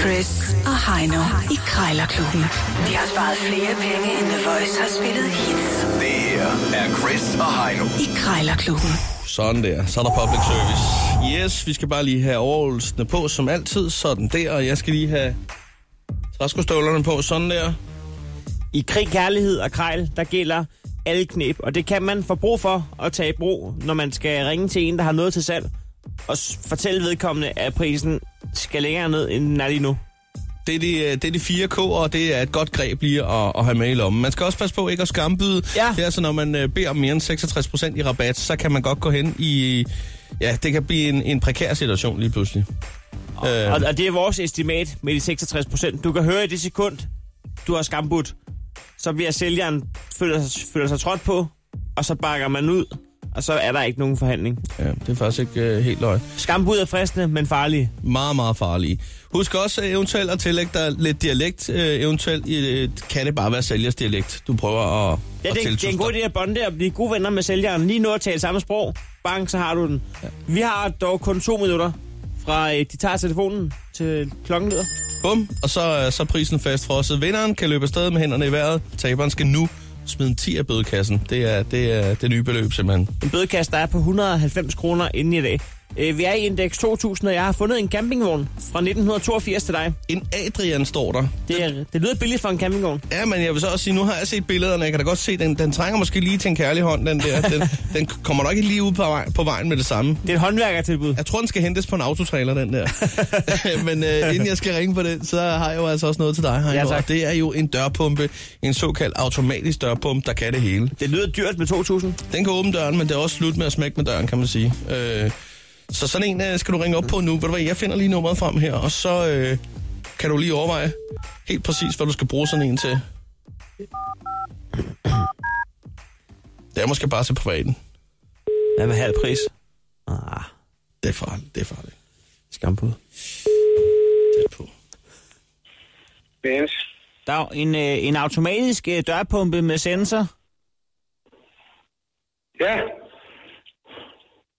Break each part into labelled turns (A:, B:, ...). A: Chris og Heino i Krejlerklubben. De har sparet flere penge, end The Voice har spillet hits
B: Det her er Chris og Heino.
A: i Krejlerklubben.
C: Sådan der. Så er der public service. Yes, vi skal bare lige have overholdelsene på, som altid. Sådan der, og jeg skal lige have træskostøvlerne på. Sådan der.
D: I krig, kærlighed og krejl, der gælder alle knep, og det kan man få brug for at tage i brug, når man skal ringe til en, der har noget til salg, og s- fortælle vedkommende, at prisen skal længere ned, end den er lige nu.
C: Det er de, øh, det er de fire K'er, og det er et godt greb lige at, at have med i lommen. Man skal også passe på ikke at skambyde.
D: Ja.
C: Det er altså, når man øh, beder om mere end 66% i rabat, så kan man godt gå hen i... Ja, det kan blive en, en prekær situation lige pludselig.
D: Øh. Og, og det er vores estimat med de 66 procent. Du kan høre i det sekund, du har skambudt, så bliver sælgeren føler sig, føler sig trådt på, og så bakker man ud, og så er der ikke nogen forhandling.
C: Ja, det er faktisk ikke øh, helt løgn.
D: Skambud er fristende, men farlige.
C: meget, meget farlige. Husk også øh, eventuelt at tillægge dig lidt dialekt. Øh, eventuelt øh, kan det bare være sælgers dialekt, du prøver at,
D: Ja,
C: at
D: det, er- det er en
C: tiltuske
D: god
C: dig.
D: idé at bonde og blive gode venner med sælgeren. Lige nu at tale samme sprog. Bang, så har du den. Ja. Vi har dog kun to minutter fra øh, de tager telefonen til klokken lyder.
C: Bum, og så, øh, så er prisen fastfrosset. Vinderen kan løbe afsted med hænderne i vejret. Taberen skal nu smide en 10 af bødekassen. Det er det, er det nye beløb simpelthen.
D: En bødekast, der er på 190 kroner inden i dag. Øh, Vi er i indeks 2000, og jeg har fundet en campingvogn fra 1982 til dig.
C: En Adrian står der.
D: Det, er, det lyder billigt for en campingvogn.
C: Ja, men jeg vil så også sige, nu har jeg set billederne. Jeg kan da godt se, den, den trænger måske lige til en kærlig hånd, den der. Den, den kommer nok ikke lige ud på, vej, på vejen med det samme.
D: Det er et håndværkertilbud.
C: Jeg tror, den skal hentes på en autotrailer, den der. Men øh, inden jeg skal ringe på den, så har jeg jo altså også noget til dig, Heino.
D: Ja, tak.
C: Og det er jo en dørpumpe, en såkaldt automatisk dørpumpe, der kan det hele.
D: Det lyder dyrt med 2000.
C: Den kan åbne døren, men det er også slut med at smække med døren, kan man sige. Øh, så sådan en øh, skal du ringe op på nu. Ved du hvad, jeg finder lige nummeret frem her, og så øh, kan du lige overveje helt præcis, hvad du skal bruge sådan en til. Det er måske bare til privaten.
D: Hvad med halv pris? Ah,
C: Det er farligt, det er farligt.
D: skampud.
C: Tæt på.
E: Benz.
D: Der er jo en, øh, en automatisk øh, dørpumpe med sensor.
E: Ja,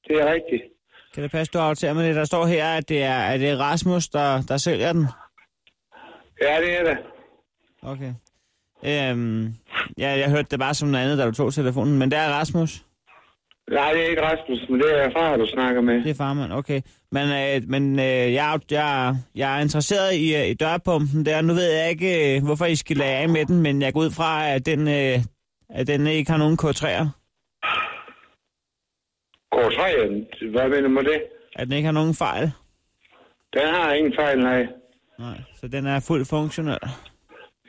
E: det er rigtigt.
D: Kan det passe, du har aftalt med det? Der står her, at det er, at det er Rasmus, der, der sælger den.
E: Ja, det er det.
D: Okay. Øhm, ja, jeg hørte det bare som noget andet, da du tog telefonen. Men det er Rasmus.
E: Nej, det er ikke Rasmus, men det er far, du snakker med.
D: Det er farmand, okay. Men, øh, men øh, jeg, er- jeg, jeg er interesseret i, øh, i dørpumpen der. Nu ved jeg ikke, øh, hvorfor I skal lade af med den, men jeg går ud fra, at den, øh, at den ikke har nogen K3'er.
E: Går 3, hvad mener du med det?
D: At den ikke har nogen fejl.
E: Den har ingen fejl, nej.
D: Nej, så den er fuldt funktionel.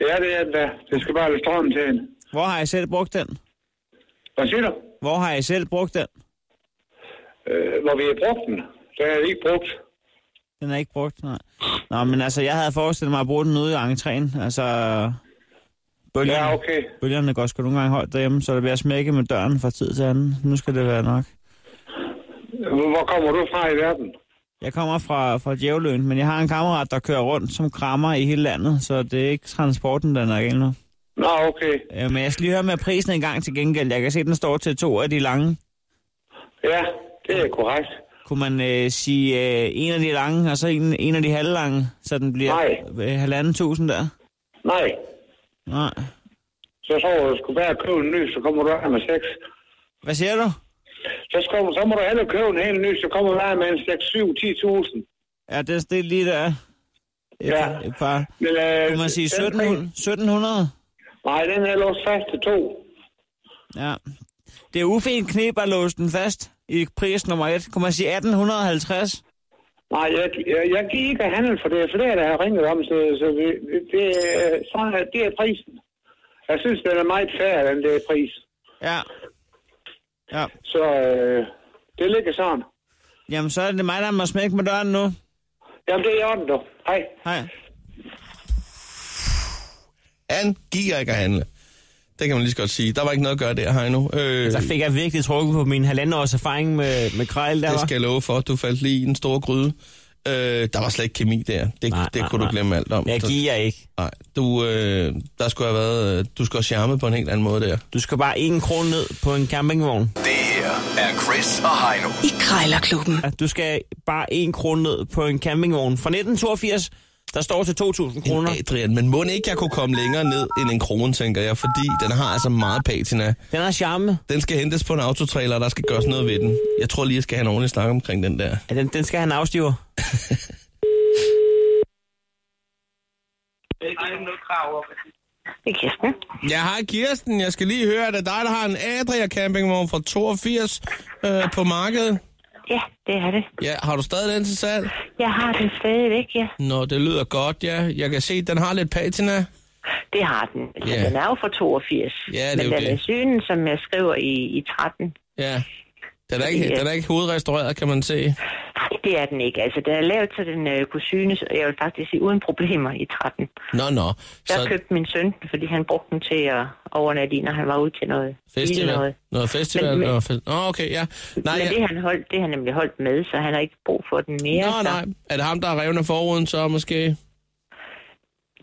E: Ja, det er den da. Det skal bare lidt strøm til hende.
D: Hvor har I selv brugt den?
E: Hvad siger du?
D: Hvor har I selv brugt den?
E: Øh, hvor vi har brugt den. Den er ikke brugt.
D: Den er ikke brugt, nej. Nå, men altså, jeg havde forestillet mig at bruge den ude i entréen. Altså, bølgerne,
E: Ja, okay.
D: bølgerne går sgu nogle gange højt derhjemme, så det bliver smækket med døren fra tid til anden. Nu skal det være nok.
E: Hvor kommer du fra i verden?
D: Jeg kommer fra, fra Djævløen, men jeg har en kammerat, der kører rundt som krammer i hele landet, så det er ikke transporten, den er galt nu.
E: Nå, okay.
D: Øh, Men jeg skal lige høre med prisen en gang til gengæld. Jeg kan se, at den står til to af de lange.
E: Ja, det er korrekt.
D: Kunne man øh, sige øh, en af de lange, og så en, en af de halvlange, så den bliver
E: Nej.
D: øh, halvanden tusind der?
E: Nej,
D: Nej.
E: så tror jeg, du skulle bare købe en ny, så kommer du af med 6.
D: Hvad siger du?
E: Så, skal, så må du hellere købe en helt ny, så kommer du af med en 6-7-10.000.
D: Ja, det, det er lige der. Et,
E: Ja.
D: et par.
E: Men, øh,
D: Kunne man
C: Altså,
D: sige 1700?
E: den
D: 1700?
E: Nej, den er låst fast til to.
D: Ja. Det er ufint knep at låse den fast i pris nummer et. Kunne man sige 1850?
E: Nej, jeg, jeg, jeg gik ikke at handle for det. er flere, der har ringet om, så, så vi, vi- det, er- sådan, er- det er prisen. Jeg synes, den er meget fair, den der pris.
D: Ja. Ja.
E: Så øh, det ligger sådan.
D: Jamen, så er det mig, der må smække med døren nu.
E: Jamen, det er i orden, dog. Hej.
D: Hej.
C: Han giver ikke at handle. Det kan man lige så godt sige. Der var ikke noget at gøre der, Heino. Øh,
D: Så fik jeg virkelig trukket på min halvanden års erfaring med, med krejl der,
C: det
D: var.
C: skal jeg love for. Du faldt lige i den store gryde. Øh, der var slet ikke kemi der. Det,
D: Nej,
C: det
D: nej,
C: kunne
D: nej.
C: du glemme alt om.
D: Jeg giver ikke.
C: Nej, du, øh, der skulle have været, øh, du skulle have charmet på en helt anden måde der.
D: Du skal bare en krone ned på en campingvogn.
B: Det her er Chris og Heino.
A: I Krejlerklubben.
D: Ja, Du skal bare en krone ned på en campingvogn fra 1982 der står til 2.000
C: Men
D: kroner.
C: Adrian, men må ikke, jeg kunne komme længere ned end en krone, tænker jeg, fordi den har altså meget patina.
D: Den er charme.
C: Den skal hentes på en autotrailer, og der skal gøres noget ved den. Jeg tror lige, jeg skal have en ordentlig snak omkring den der.
D: Ja, den, den skal han afstiver.
F: Det er Kirsten.
C: Ja, hej Kirsten. Jeg skal lige høre, at det dig, der har en Adria campingvogn fra 82 øh, på markedet.
F: Ja, det er det.
C: Ja, har du stadig den til salg?
F: Jeg har den stadigvæk, ja.
C: Nå, det lyder godt, ja. Jeg kan se, at den har lidt patina.
F: Det har den. Altså,
C: Ja.
F: Den er jo fra 82.
C: Ja, det er
F: men
C: jo
F: den
C: det.
F: er synen, som jeg skriver i, i 13.
C: Ja. Den er, ikke,
F: Ja.
C: den er ikke hovedrestaureret, kan man se.
F: Nej, det er den ikke. Altså, den er lavet, så den øh, kunne synes, og jeg vil faktisk sige, uden problemer i 13.
C: Nå, nå.
F: Der
C: Så
F: købte min søn den, fordi han brugte den til at overnatte i, når han var ude til noget. lille
C: festival.
F: Noget.
C: Noget festival.
F: Men- men-
C: Nå, fe- Nå, okay, ja. Nej,
F: Nej, men
C: jeg-
F: det, han holdt, det har han nemlig holdt med, så han har ikke brug for den mere.
C: Nå,
F: så.
C: nej. Er det ham, der er revne forruden, så måske?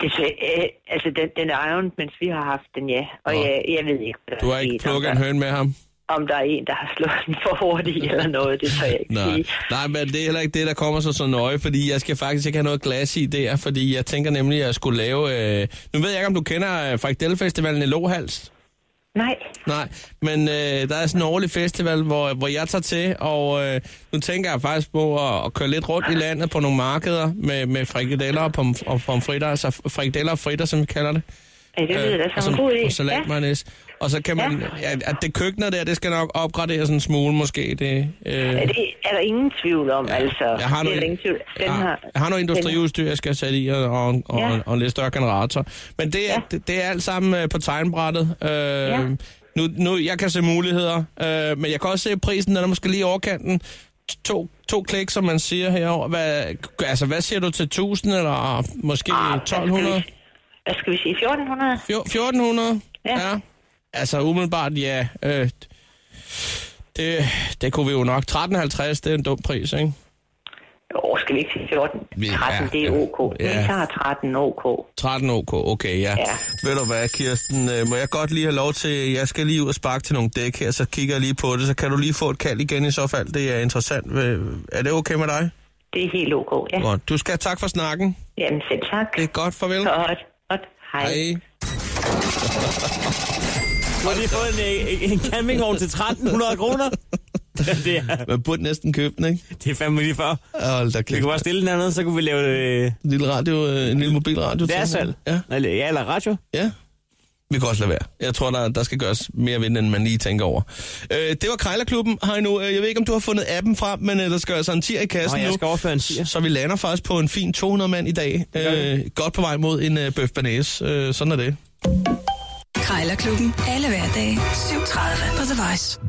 F: Det, ser- øh, altså, den, den er ejet, mens vi har haft den, ja. Og
C: Nå.
F: jeg, jeg ved ikke, hvad der
C: Du har
F: er
C: ikke
F: sket, om
C: plukket en
F: der-
C: høn med ham?
F: om der er en, der har slået den for hurtigt eller noget, det tør jeg ikke
C: Nej.
F: sige.
C: Nej, men det er heller ikke det, der kommer så så nøje, fordi jeg skal faktisk ikke have noget glas i der, fordi jeg tænker nemlig, at jeg skulle lave... Øh... Nu ved jeg ikke, om du kender øh, Fragdelfestivalen i Lohals?
F: Nej,
C: Nej, men øh, der er sådan en årlig festival, hvor, hvor jeg tager til, og øh, nu tænker jeg faktisk på at, at køre lidt rundt i landet på nogle markeder med, med frikadeller og, pomf- og pomfritter, altså frikadeller og fritter, som vi kalder det.
F: Ej, det lyder da
C: Øh, og
F: som en god idé.
C: Og salat
F: ja.
C: ja. Og så kan man... Ja. At, at det køkkenet der, det skal nok opgraderes en smule måske. Det, øh,
F: Ja, det er der ingen tvivl om, ja. altså.
C: jeg har
F: det er
C: noget,
F: der ingen tvivl. Den
C: jeg, har,
F: har,
C: jeg har noget industriudstyr, jeg skal sætte i, og, og, og,
F: Ja.
C: og en lidt større generator. Men det er, ja.
F: Ja.
C: det, det er alt sammen øh, på tegnbrættet. Øh, ja. nu, nu, jeg kan se muligheder, øh, men jeg kan også se at prisen, den er måske lige i overkanten. To, to klik, som man siger herovre. Hvad, altså, hvad siger du til 1000 eller måske
F: Ah, hvad skal vi-
C: 1200?
F: Hvad skal vi sige? 1400?
C: Fjo- 1400?
F: Ja.
C: Altså umiddelbart, ja. Øh, det, det kunne vi jo nok. 1350, det er en dum pris, ikke?
F: Åh, skal vi ikke sige 14?
C: Ja,
F: 13, det er
C: ja,
F: ok.
C: ja.
F: Vi tager 13 ok.
C: 13 OK, okay, ja.
F: Ja.
C: Ved du hvad, Kirsten, øh, må jeg godt lige have lov til, jeg skal lige ud og sparke til nogle dæk her, så kigger jeg lige på det, så kan du lige få et kald igen i så fald, det er interessant. Øh, Er det okay med dig?
F: Det er helt ok, ja.
C: Godt. Du skal have tak for snakken.
F: Jamen selv tak.
C: Det er godt, farvel.
F: Godt, godt. Hej.
C: Hej.
D: Hvor de har fået en, øh, en, en campingvogn til 1.300 kroner. det, er,
C: Man burde næsten købe den, ikke?
D: det er fandme lige før.
C: Hold da
D: Vi
C: kæft.
D: kunne bare stille den hernede, så kunne vi lave øh,
C: En lille radio, øh, en lille mobilradio. til.
D: lærersal.
C: Ja.
D: Eller, ja, eller radio.
C: Ja. Vi kan også lade være. Jeg tror, der, der skal gøres mere ved, den, end man lige tænker over. Øh, det var Krejlerklubben. Hej nu. Øh, Jeg ved ikke, om du har fundet appen frem, men øh, der skal altså en tier i kassen
D: Nå, jeg
C: nu.
D: skal overføre en tier.
C: Så vi lander faktisk på en fin 200 mand i dag. Øh, godt på vej mod en øh, bøf banæs. Øh, sådan er det.
A: Krejlerklubben. Alle hverdage. 7.30 på The Voice.